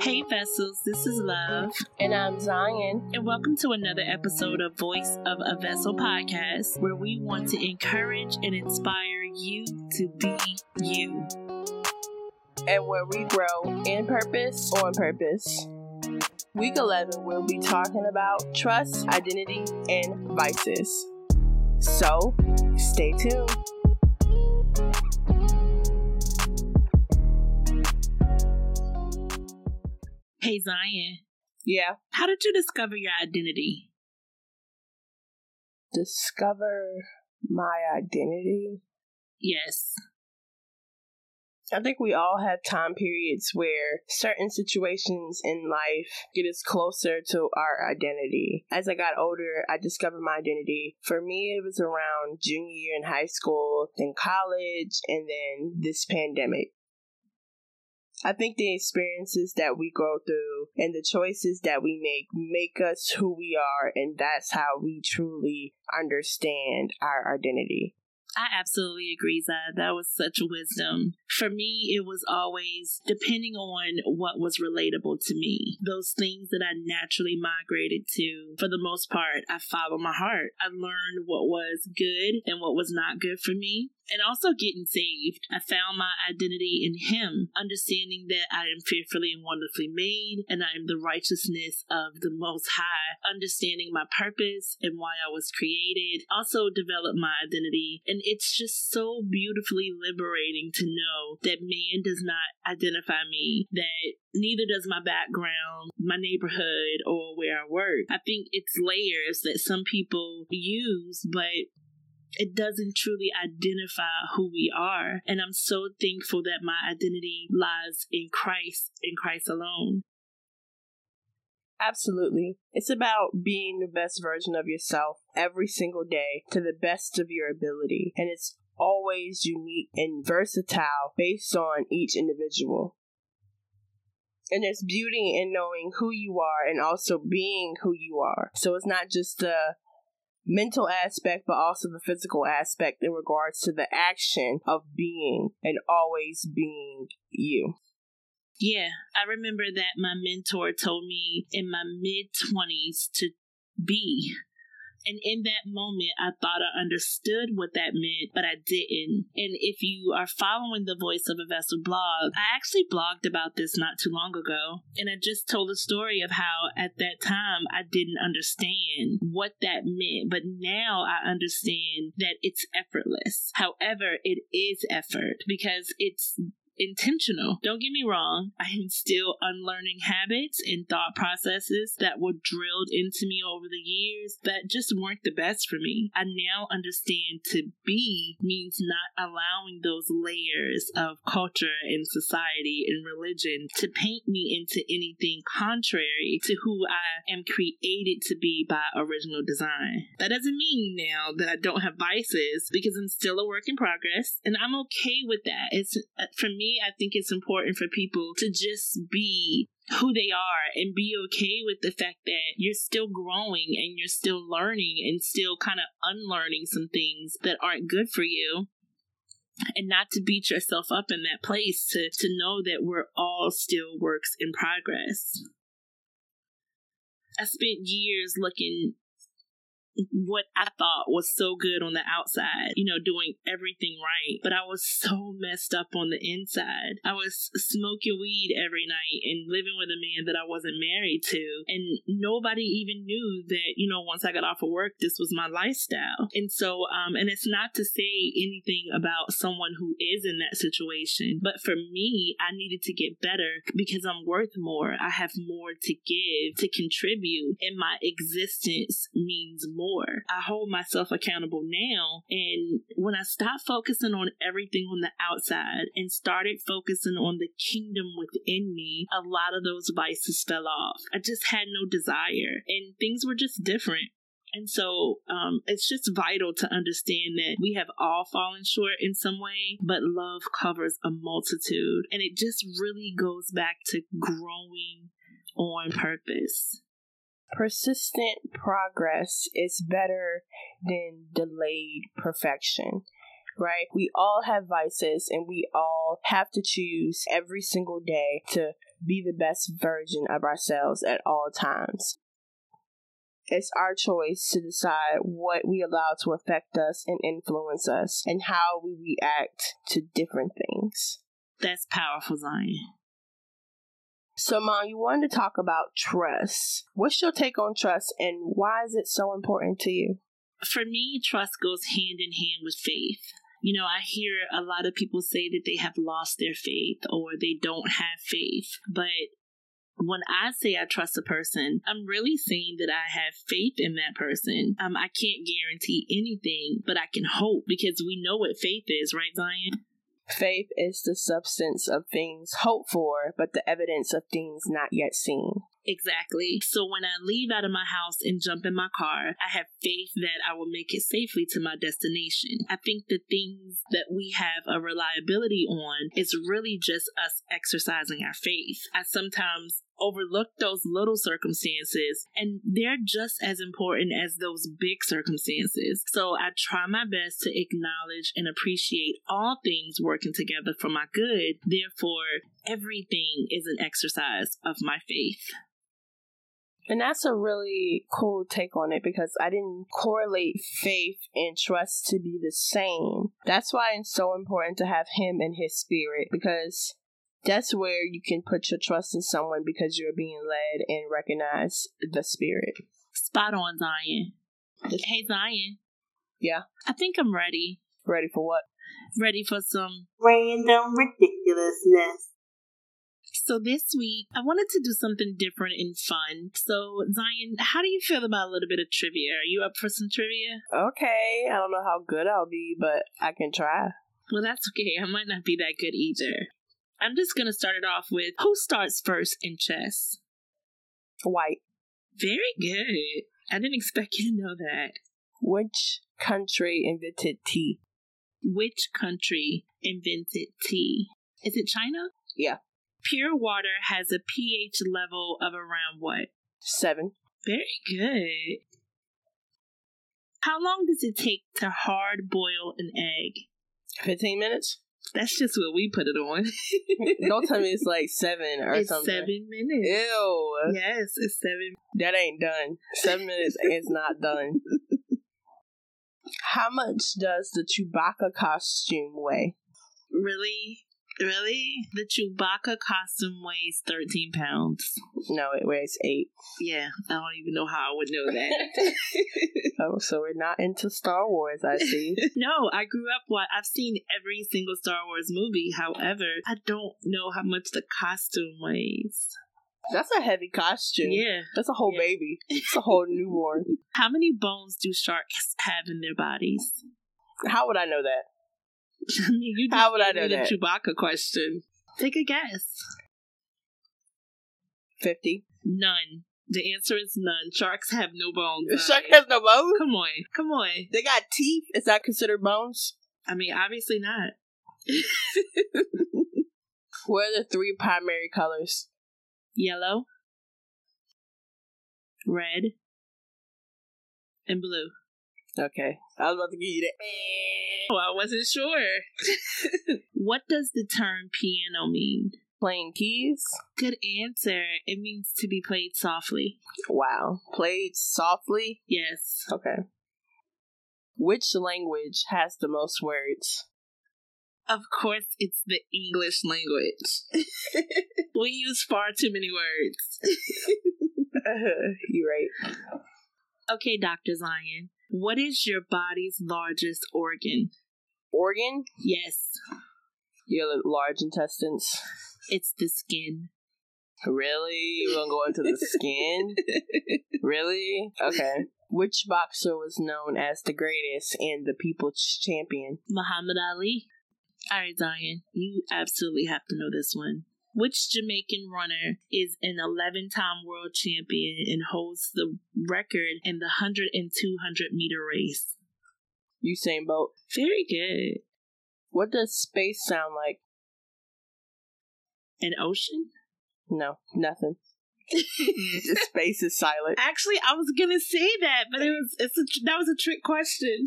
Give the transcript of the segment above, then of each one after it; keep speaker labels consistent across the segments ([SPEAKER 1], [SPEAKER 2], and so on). [SPEAKER 1] Hey vessels, this is Love,
[SPEAKER 2] And I'm Zion.
[SPEAKER 1] and welcome to another episode of Voice of a Vessel podcast, where we want to encourage and inspire you to be you.
[SPEAKER 2] And where we grow in purpose, on purpose. Week 11, we'll be talking about trust, identity, and vices. So stay tuned.
[SPEAKER 1] Hey Zion,
[SPEAKER 2] Yeah.
[SPEAKER 1] how did you discover your identity?
[SPEAKER 2] Discover my identity.
[SPEAKER 1] Yes.
[SPEAKER 2] I think we all have time periods where certain situations in life get us closer to our identity. As I got older, I discovered my identity. For me, it was around junior year in high school, then college, and then this pandemic. I think the experiences that we go through and the choices that we make make us who we are, and that's how we truly understand our identity.
[SPEAKER 1] I absolutely agree, Zai. That was such wisdom. For me, it was always depending on what was relatable to me. Those things that I naturally migrated to, for the most part, I followed my heart. I learned what was good and what was not good for me. And also getting saved. I found my identity in Him, understanding that I am fearfully and wonderfully made, and I am the righteousness of the Most High, understanding my purpose and why I was created. Also, develop my identity. And it's just so beautifully liberating to know that man does not identify me, that neither does my background, my neighborhood, or where I work. I think it's layers that some people use, but it doesn't truly identify who we are. And I'm so thankful that my identity lies in Christ and Christ alone.
[SPEAKER 2] Absolutely. It's about being the best version of yourself every single day to the best of your ability. And it's always unique and versatile based on each individual. And there's beauty in knowing who you are and also being who you are. So it's not just the mental aspect, but also the physical aspect in regards to the action of being and always being you.
[SPEAKER 1] Yeah, I remember that my mentor told me in my mid 20s to be. And in that moment, I thought I understood what that meant, but I didn't. And if you are following the Voice of a Vessel blog, I actually blogged about this not too long ago. And I just told a story of how at that time I didn't understand what that meant, but now I understand that it's effortless. However, it is effort because it's intentional. Don't get me wrong, I am still unlearning habits and thought processes that were drilled into me over the years that just weren't the best for me. I now understand to be means not allowing those layers of culture and society and religion to paint me into anything contrary to who I am created to be by original design. That doesn't mean now that I don't have vices because I'm still a work in progress and I'm okay with that. It's uh, for me, I think it's important for people to just be who they are and be okay with the fact that you're still growing and you're still learning and still kind of unlearning some things that aren't good for you and not to beat yourself up in that place to to know that we're all still works in progress i spent years looking what I thought was so good on the outside, you know, doing everything right. But I was so messed up on the inside. I was smoking weed every night and living with a man that I wasn't married to. And nobody even knew that, you know, once I got off of work, this was my lifestyle. And so, um, and it's not to say anything about someone who is in that situation, but for me, I needed to get better because I'm worth more. I have more to give, to contribute, and my existence means more. I hold myself accountable now. And when I stopped focusing on everything on the outside and started focusing on the kingdom within me, a lot of those vices fell off. I just had no desire, and things were just different. And so um, it's just vital to understand that we have all fallen short in some way, but love covers a multitude. And it just really goes back to growing on purpose.
[SPEAKER 2] persistent progress is better than delayed perfection. Right? We all have vices and we all have to choose every single day to be the best version of ourselves at all times. It's our choice to decide what we allow to affect us and influence us and how we react to different things.
[SPEAKER 1] That's powerful, Zion.
[SPEAKER 2] So, Mom, you wanted to talk about trust. What's your take on trust and why is it so important to you?
[SPEAKER 1] For me, trust goes hand in hand with faith. You know, I hear a lot of people say that they have lost their faith or they don't have faith, but when I say I trust a person, I'm really saying that I have faith in that person. Um, I can't guarantee anything, but I can hope because we know what faith is, right, Zion?
[SPEAKER 2] Faith is the substance of things hoped for, but the evidence of things not yet seen.
[SPEAKER 1] Exactly. So when I leave out of my house and jump in my car, I have faith that I will make it safely to my destination. I think the things that we have a reliability on is really just us exercising our faith. I sometimes overlook those little circumstances and they're just as important as those big circumstances. So I try my best to acknowledge and appreciate all things working together for my good. Therefore, everything is an exercise of my faith.
[SPEAKER 2] And that's a really cool take on it because I didn't correlate faith and trust to be the same. That's why it's so important to have him and his spirit because that's where you can put your trust in someone because you're being led and recognize the spirit.
[SPEAKER 1] Spot on, Zion. Hey, Zion.
[SPEAKER 2] Yeah.
[SPEAKER 1] I think I'm ready.
[SPEAKER 2] Ready for what?
[SPEAKER 1] Ready for some
[SPEAKER 3] random ridiculousness.
[SPEAKER 1] So this week, I wanted to do something different and fun. So, Zion, how do you feel about a little bit of trivia? Are you up for some trivia?
[SPEAKER 2] Okay. I don't know how good I'll be, but I can try.
[SPEAKER 1] Well, that's okay. I might not be that good either. I'm just going to start it off with who starts first in chess?
[SPEAKER 2] White.
[SPEAKER 1] Very good. I didn't expect you to know that.
[SPEAKER 2] Which country invented tea?
[SPEAKER 1] Which country invented tea? Is it China?
[SPEAKER 2] Yeah.
[SPEAKER 1] Pure water has a pH level of around what?
[SPEAKER 2] Seven.
[SPEAKER 1] Very good. How long does it take to hard boil an egg?
[SPEAKER 2] 15 minutes?
[SPEAKER 1] That's just what we put it on.
[SPEAKER 2] Don't tell me it's like seven or
[SPEAKER 1] it's
[SPEAKER 2] something.
[SPEAKER 1] seven minutes.
[SPEAKER 2] Ew.
[SPEAKER 1] Yes, it's seven.
[SPEAKER 2] That ain't done. Seven minutes is not done. How much does the Chewbacca costume weigh?
[SPEAKER 1] Really? Really? The Chewbacca costume weighs 13 pounds.
[SPEAKER 2] No, it weighs eight.
[SPEAKER 1] Yeah, I don't even know how I would know that.
[SPEAKER 2] Oh, so we're not into Star Wars, I see.
[SPEAKER 1] no, I grew up, wa- I've seen every single Star Wars movie. However, I don't know how much the costume weighs.
[SPEAKER 2] That's a heavy costume.
[SPEAKER 1] Yeah.
[SPEAKER 2] That's a whole
[SPEAKER 1] Yeah.
[SPEAKER 2] baby. It's a whole newborn.
[SPEAKER 1] How many bones do sharks have in their bodies?
[SPEAKER 2] How would I know that?
[SPEAKER 1] I mean, you just
[SPEAKER 2] How would I
[SPEAKER 1] gave me
[SPEAKER 2] know that?
[SPEAKER 1] The Chewbacca question. Take a guess.
[SPEAKER 2] 50.
[SPEAKER 1] None. The answer is none. Sharks have no bones.
[SPEAKER 2] The shark
[SPEAKER 1] Alright.
[SPEAKER 2] has no bones?
[SPEAKER 1] Come on, come on.
[SPEAKER 2] They got teeth. Is that considered bones?
[SPEAKER 1] I mean, obviously not.
[SPEAKER 2] What are the three primary colors?
[SPEAKER 1] Yellow, red, and blue.
[SPEAKER 2] Okay. I was about to give you that.
[SPEAKER 1] Oh, I wasn't sure. what does the term piano mean?
[SPEAKER 2] Playing keys?
[SPEAKER 1] Good answer. It means to be played softly.
[SPEAKER 2] Wow. Played softly?
[SPEAKER 1] Yes.
[SPEAKER 2] Okay. Which language has the most words?
[SPEAKER 1] Of course, it's the English language. we use far too many words.
[SPEAKER 2] You're right.
[SPEAKER 1] Okay, Dr. Zion, what is your body's largest organ?
[SPEAKER 2] Organ?
[SPEAKER 1] Yes,
[SPEAKER 2] Your large intestines.
[SPEAKER 1] it's the skin.
[SPEAKER 2] Really? We're gonna go into the skin? really? Okay. Which boxer was known as the greatest and the people's champion?
[SPEAKER 1] Muhammad Ali. All right, Zion, you absolutely have to know this one. Which Jamaican runner is an 11 time world champion and holds the record in the 100 and 200 meter race?
[SPEAKER 2] Usain Bolt.
[SPEAKER 1] Very good.
[SPEAKER 2] What does space sound like?
[SPEAKER 1] An ocean?
[SPEAKER 2] No, nothing. space is silent.
[SPEAKER 1] Actually, I was gonna say that, but it was it's a, that was a trick question.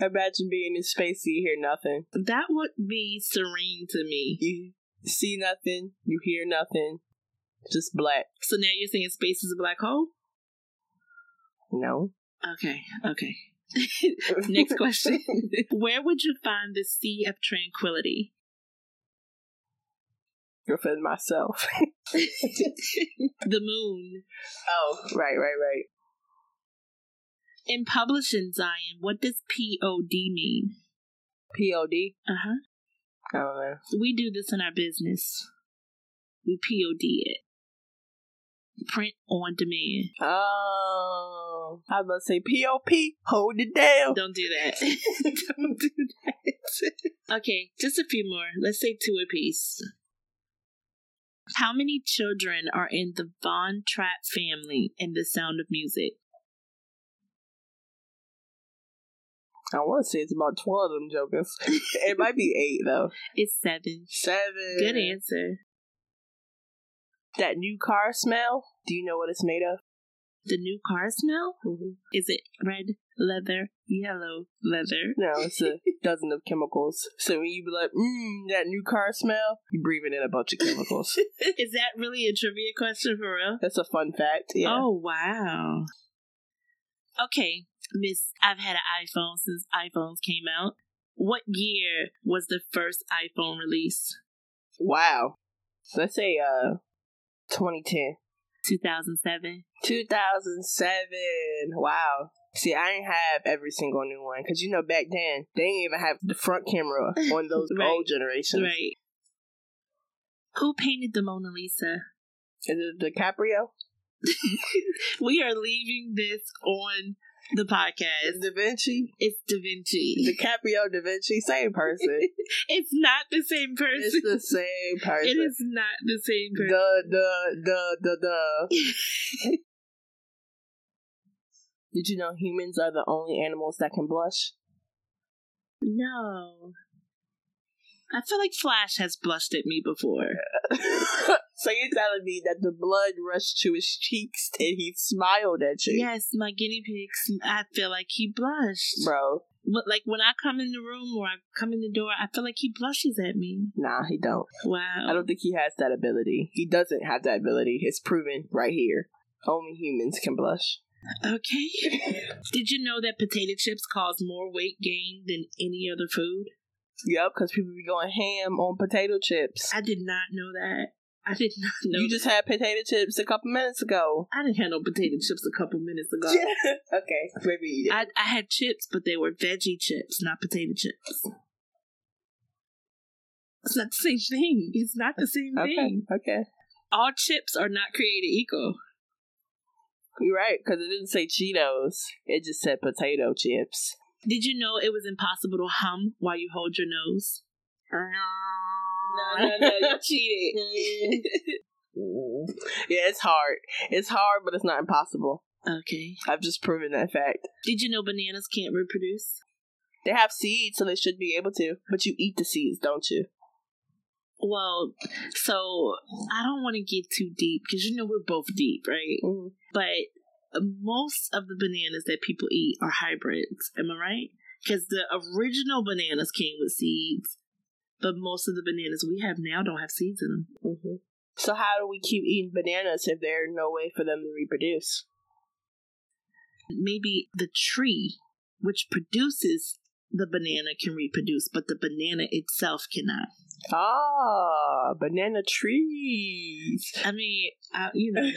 [SPEAKER 2] Imagine being in space, you hear nothing.
[SPEAKER 1] that would be serene to me.
[SPEAKER 2] You see nothing, you hear nothing, just black.
[SPEAKER 1] So now you're saying space is a black hole?
[SPEAKER 2] No.
[SPEAKER 1] Okay, okay. Next question. Where would you find the Sea of Tranquility?
[SPEAKER 2] for myself.
[SPEAKER 1] the moon.
[SPEAKER 2] Oh, right, right, right.
[SPEAKER 1] In publishing Zion, what does POD mean?
[SPEAKER 2] POD.
[SPEAKER 1] Uh huh.
[SPEAKER 2] I don't know.
[SPEAKER 1] We do this in our business. We POD it. Print on demand.
[SPEAKER 2] Oh, I was about to say POP. Hold it down.
[SPEAKER 1] Don't do that. Don't do that. okay, just a few more. Let's say two apiece. How many children are in the Von Trapp family in The Sound of Music?
[SPEAKER 2] I want to say it's about twelve of them jokers. it might be eight though.
[SPEAKER 1] It's seven.
[SPEAKER 2] Seven.
[SPEAKER 1] Good answer.
[SPEAKER 2] That new car smell. Do you know what it's made of?
[SPEAKER 1] The new car smell? Is it red leather, yellow leather?
[SPEAKER 2] No, it's a dozen of chemicals. So when you be like, mmm, that new car smell, you breathing in a bunch of chemicals.
[SPEAKER 1] Is that really a trivia question for real?
[SPEAKER 2] That's a fun fact. Yeah.
[SPEAKER 1] Oh wow. Okay, Miss, I've had an iPhone since iPhones came out. What year was the first iPhone release?
[SPEAKER 2] Wow. Let's say uh, 2010.
[SPEAKER 1] 2007.
[SPEAKER 2] 2007. Wow. See, I didn't have every single new one because you know back then they didn't even have the front camera on those
[SPEAKER 1] Right.
[SPEAKER 2] old generations.
[SPEAKER 1] Right. Who painted the Mona Lisa?
[SPEAKER 2] Is it DiCaprio?
[SPEAKER 1] We are leaving this on the podcast.
[SPEAKER 2] Da Vinci?
[SPEAKER 1] It's Da Vinci.
[SPEAKER 2] DiCaprio, Da Vinci, same person.
[SPEAKER 1] It's not the same
[SPEAKER 2] it's
[SPEAKER 1] person.
[SPEAKER 2] the same person.
[SPEAKER 1] It is not the same person.
[SPEAKER 2] Duh, duh, duh, duh, duh. Did you know humans are the only animals that can blush?
[SPEAKER 1] No. I feel like Flash has blushed at me before.
[SPEAKER 2] so you're telling me that the blood rushed to his cheeks and he smiled at you?
[SPEAKER 1] Yes, my guinea pigs, I feel like he blushed.
[SPEAKER 2] Bro,
[SPEAKER 1] But like when I come in the room or I come in the door, I feel like he blushes at me.
[SPEAKER 2] nah, he don't. I
[SPEAKER 1] Wow.
[SPEAKER 2] don't think he has that ability. He doesn't have that ability. It's proven right here. Only humans can blush.
[SPEAKER 1] Okay. Did you know that potato chips cause more weight gain than any other food?
[SPEAKER 2] Yup, because people be going ham on potato chips.
[SPEAKER 1] I did not know that. I did not know.
[SPEAKER 2] You just had potato chips a couple minutes ago.
[SPEAKER 1] I didn't have no potato chips a couple minutes ago.
[SPEAKER 2] okay, maybe you did.
[SPEAKER 1] I, I had chips, but they were veggie chips, not potato chips. It's not the same thing. It's not the same
[SPEAKER 2] Okay,
[SPEAKER 1] thing.
[SPEAKER 2] okay.
[SPEAKER 1] All chips are not created equal.
[SPEAKER 2] You're right, because it didn't say Cheetos. It just said potato chips.
[SPEAKER 1] Did you know it was impossible to hum while you hold your nose? No, no, no, you cheated.
[SPEAKER 2] Mm. Mm-hmm. Yeah, it's hard. It's hard, but it's not impossible.
[SPEAKER 1] okay.
[SPEAKER 2] I've just proven that fact.
[SPEAKER 1] Did you know bananas can't reproduce?
[SPEAKER 2] They have seeds, so they should be able to. But you eat the seeds, don't you?
[SPEAKER 1] Well, so I don't want to get too deep because you know we're both deep, right?
[SPEAKER 2] Mhm.
[SPEAKER 1] but most of the bananas that people eat are hybrids. Am I right? Because the original bananas came with seeds, but most of the bananas we have now don't have seeds in them.
[SPEAKER 2] hmm So how do we keep eating bananas if there's no way for them to reproduce?
[SPEAKER 1] Maybe the tree, which produces the banana, can reproduce, but the banana itself cannot.
[SPEAKER 2] Ah, banana trees.
[SPEAKER 1] I mean, I, you know,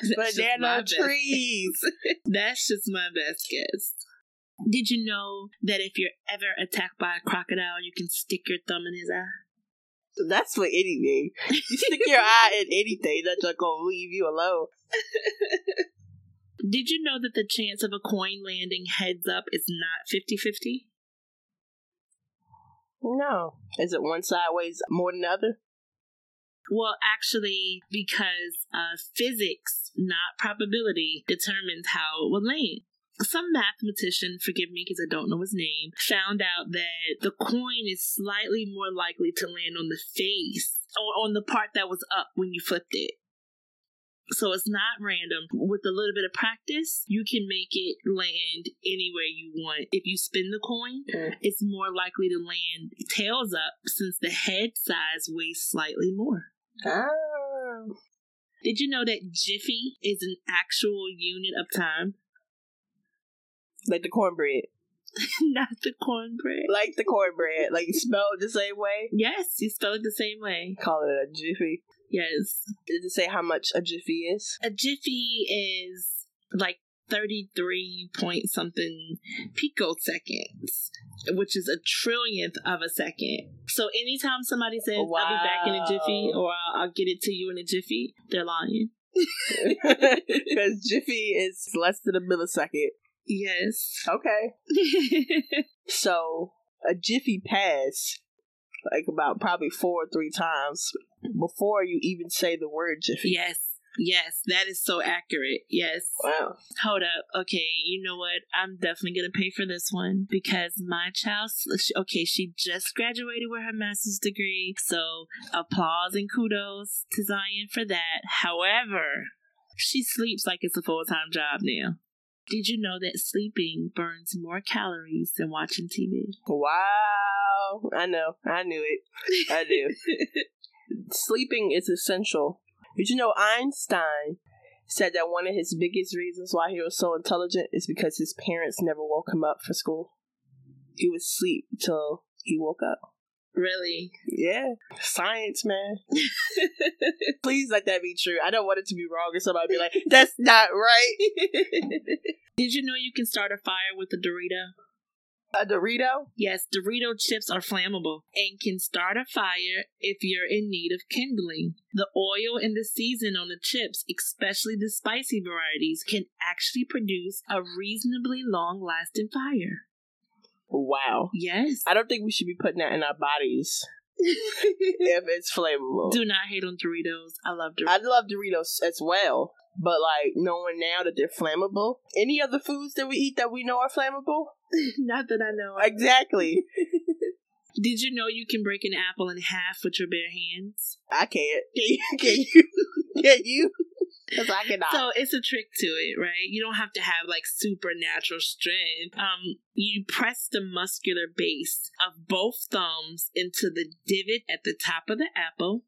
[SPEAKER 1] just my
[SPEAKER 2] banana
[SPEAKER 1] best.
[SPEAKER 2] trees.
[SPEAKER 1] that's just my best guess. Did you know that if you're ever attacked by a crocodile, you can stick your thumb in his eye?
[SPEAKER 2] That's for anything. You stick your eye in anything, that's not gonna leave you alone.
[SPEAKER 1] Did you know that the chance of a coin landing heads up is not 50 50?
[SPEAKER 2] No. Is it one sideways more than the other?
[SPEAKER 1] Well, actually, because uh, physics, not probability, determines how it will land. Some mathematician, forgive me because I don't know his name, found out that the coin is slightly more likely to land on the face or on the part that was up when you flipped it. So it's not random. With a little bit of practice, you can make it land anywhere you want. If you spin the coin,
[SPEAKER 2] Okay.
[SPEAKER 1] it's more likely to land tails up since the head size weighs slightly more.
[SPEAKER 2] Oh.
[SPEAKER 1] Did you know that Jiffy is an actual unit of time?
[SPEAKER 2] Like the cornbread.
[SPEAKER 1] Not the cornbread.
[SPEAKER 2] Like the cornbread. Like spelled the same way.
[SPEAKER 1] Yes, you spell it the same way.
[SPEAKER 2] Call it a jiffy.
[SPEAKER 1] Yes.
[SPEAKER 2] Did it say how much a jiffy is?
[SPEAKER 1] A Jiffy is like 33 point something picoseconds, which is a trillionth of a second. So anytime somebody says, I'll be back in a Jiffy
[SPEAKER 2] Wow.
[SPEAKER 1] or I'll, I'll get it to you in a Jiffy, they're lying.
[SPEAKER 2] Because jiffy is less than a millisecond.
[SPEAKER 1] Yes.
[SPEAKER 2] Okay. So a jiffy pass, like about probably four or three times before you even say the word jiffy.
[SPEAKER 1] yes. Yes. That is so accurate. Yes.
[SPEAKER 2] Wow.
[SPEAKER 1] Hold up. Okay, you know what? I'm definitely going to pay for this one because my child, okay, she just graduated with her master's degree. So applause and kudos to Zion for that. However, she sleeps like it's a full time job now. Did you know that sleeping burns more calories than watching TV?
[SPEAKER 2] Wow. I know. I knew it. I do. Sleeping is essential. Did you know Einstein said that one of his biggest reasons why he was so intelligent is because his parents never woke him up for school. He would sleep till he woke up.
[SPEAKER 1] really?
[SPEAKER 2] Yeah. Science, man. Please let that be true. I don't want it to be wrong or somebody be like, that's not right.
[SPEAKER 1] Did you know you can start a fire with a Dorito?
[SPEAKER 2] A Dorito?
[SPEAKER 1] Yes, Dorito chips are flammable and can start a fire if you're in need of kindling. The oil and the season on the chips, especially the spicy varieties, can actually produce a reasonably long lasting fire.
[SPEAKER 2] Wow.
[SPEAKER 1] Yes.
[SPEAKER 2] I don't think we should be putting that in our bodies if it's flammable.
[SPEAKER 1] Do not hate on Doritos. I love Doritos.
[SPEAKER 2] I love Doritos as well, but like knowing now that they're flammable. Any other foods that we eat that we know are flammable?
[SPEAKER 1] not that I know. of.
[SPEAKER 2] Exactly.
[SPEAKER 1] Did you know you can break an apple in half with your bare hands?
[SPEAKER 2] I can't. Can you? Can you? Can you? Because I cannot.
[SPEAKER 1] So it's a trick to it, right? You don't have to have like supernatural strength. Um, you press the muscular base of both thumbs into the divot at the top of the apple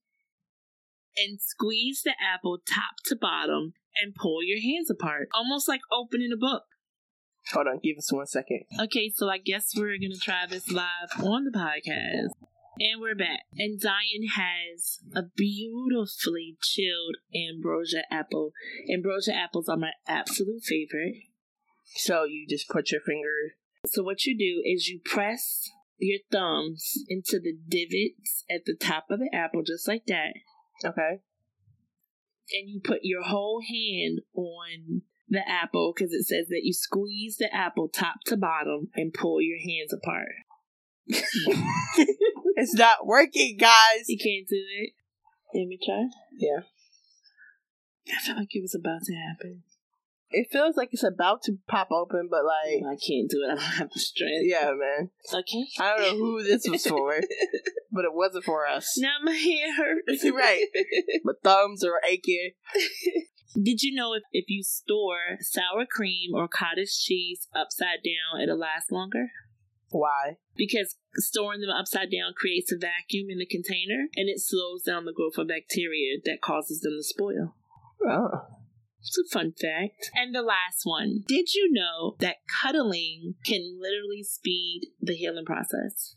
[SPEAKER 1] and squeeze the apple top to bottom and pull your hands apart, almost like opening a book.
[SPEAKER 2] Hold on. Give us one second.
[SPEAKER 1] Okay, so I guess we're gonna try this live on the podcast. And we're back. And Zion has a beautifully chilled ambrosia apple. Ambrosia apples are my absolute favorite.
[SPEAKER 2] So you just put your finger.
[SPEAKER 1] So what you do is you press your thumbs into the divots at the top of the apple, just like that,
[SPEAKER 2] Okay.
[SPEAKER 1] and you put your whole hand on the apple because it says that you squeeze the apple top to bottom and pull your hands apart.
[SPEAKER 2] It's not working, guys.
[SPEAKER 1] You can't do it. Let me try.
[SPEAKER 2] Yeah.
[SPEAKER 1] I felt like it was about to happen.
[SPEAKER 2] It feels like it's about to pop open, but like,
[SPEAKER 1] I can't do it. I don't have the strength.
[SPEAKER 2] yeah, man.
[SPEAKER 1] Okay.
[SPEAKER 2] I don't know who this was for, but it wasn't for us.
[SPEAKER 1] Now my hand hurts.
[SPEAKER 2] right. My thumbs are aching.
[SPEAKER 1] Did you know if, if you store sour cream or cottage cheese upside down, it'll last longer?
[SPEAKER 2] Why?
[SPEAKER 1] Because storing them upside down creates a vacuum in the container and it slows down the growth of bacteria that causes them to spoil.
[SPEAKER 2] Oh.
[SPEAKER 1] It's a fun fact. And the last one. Did you know that cuddling can literally speed the healing process?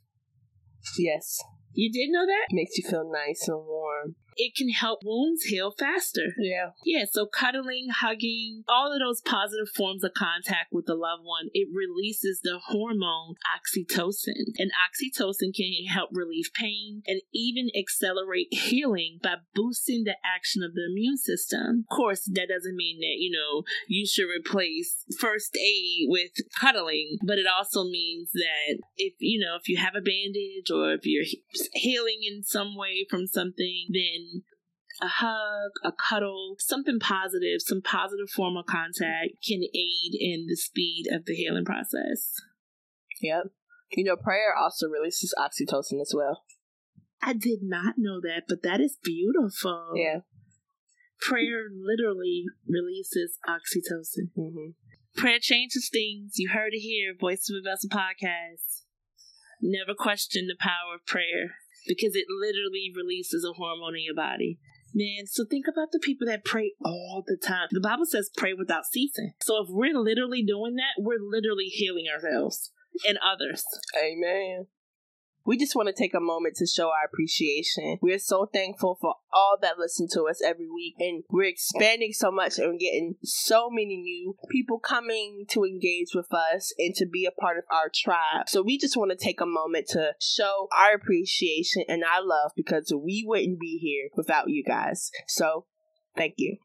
[SPEAKER 2] Yes.
[SPEAKER 1] You did know that?
[SPEAKER 2] makes you feel nice and warm.
[SPEAKER 1] It can help wounds heal faster.
[SPEAKER 2] Yeah.
[SPEAKER 1] Yeah, so cuddling, hugging, all of those positive forms of contact with a loved one, it releases the hormone oxytocin. And oxytocin can help relieve pain and even accelerate healing by boosting the action of the immune system. Of course, that doesn't mean that, you know, you should replace first aid with cuddling, but it also means that if, you know, if you have a bandage or if you're he- healing in some way from something, then a hug, a cuddle, something positive, some positive form of contact can aid in the speed of the healing process.
[SPEAKER 2] Yep. You know, prayer also releases oxytocin as well.
[SPEAKER 1] I did not know that, but that is beautiful.
[SPEAKER 2] Yeah.
[SPEAKER 1] Prayer literally releases oxytocin.
[SPEAKER 2] Mm-hmm.
[SPEAKER 1] Prayer changes things. You heard it here, Voice of a Vessel podcast. Never question the power of prayer because it literally releases a hormone in your body. Man, so think about the people that pray all the time. The Bible says pray without ceasing. So if we're literally doing that, we're literally healing ourselves and others.
[SPEAKER 2] Amen. We just want to take a moment to show our appreciation. We are so thankful for all that listen to us every week, and we're expanding so much and getting so many new people coming to engage with us and to be a part of our tribe. So, we just want to take a moment to show our appreciation and our love because we wouldn't be here without you guys. So, thank you.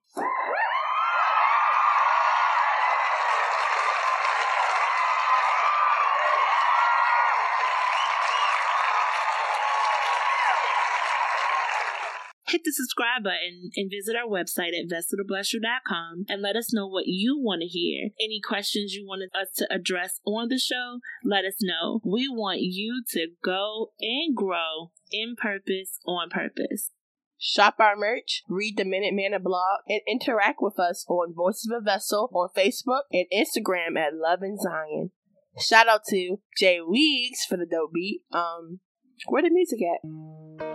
[SPEAKER 1] hit the subscribe button and visit our website at vesseltoblessyou.com and let us know what you want to hear. Any questions you want us to address on the show, let us know. We want you to go and grow in purpose, on purpose.
[SPEAKER 2] Shop our merch, read the Minutemana blog, and interact with us on Voices of a Vessel on Facebook and Instagram at Love and Zion. Shout out to Jay Weeks for the dope beat. Um, where the music at?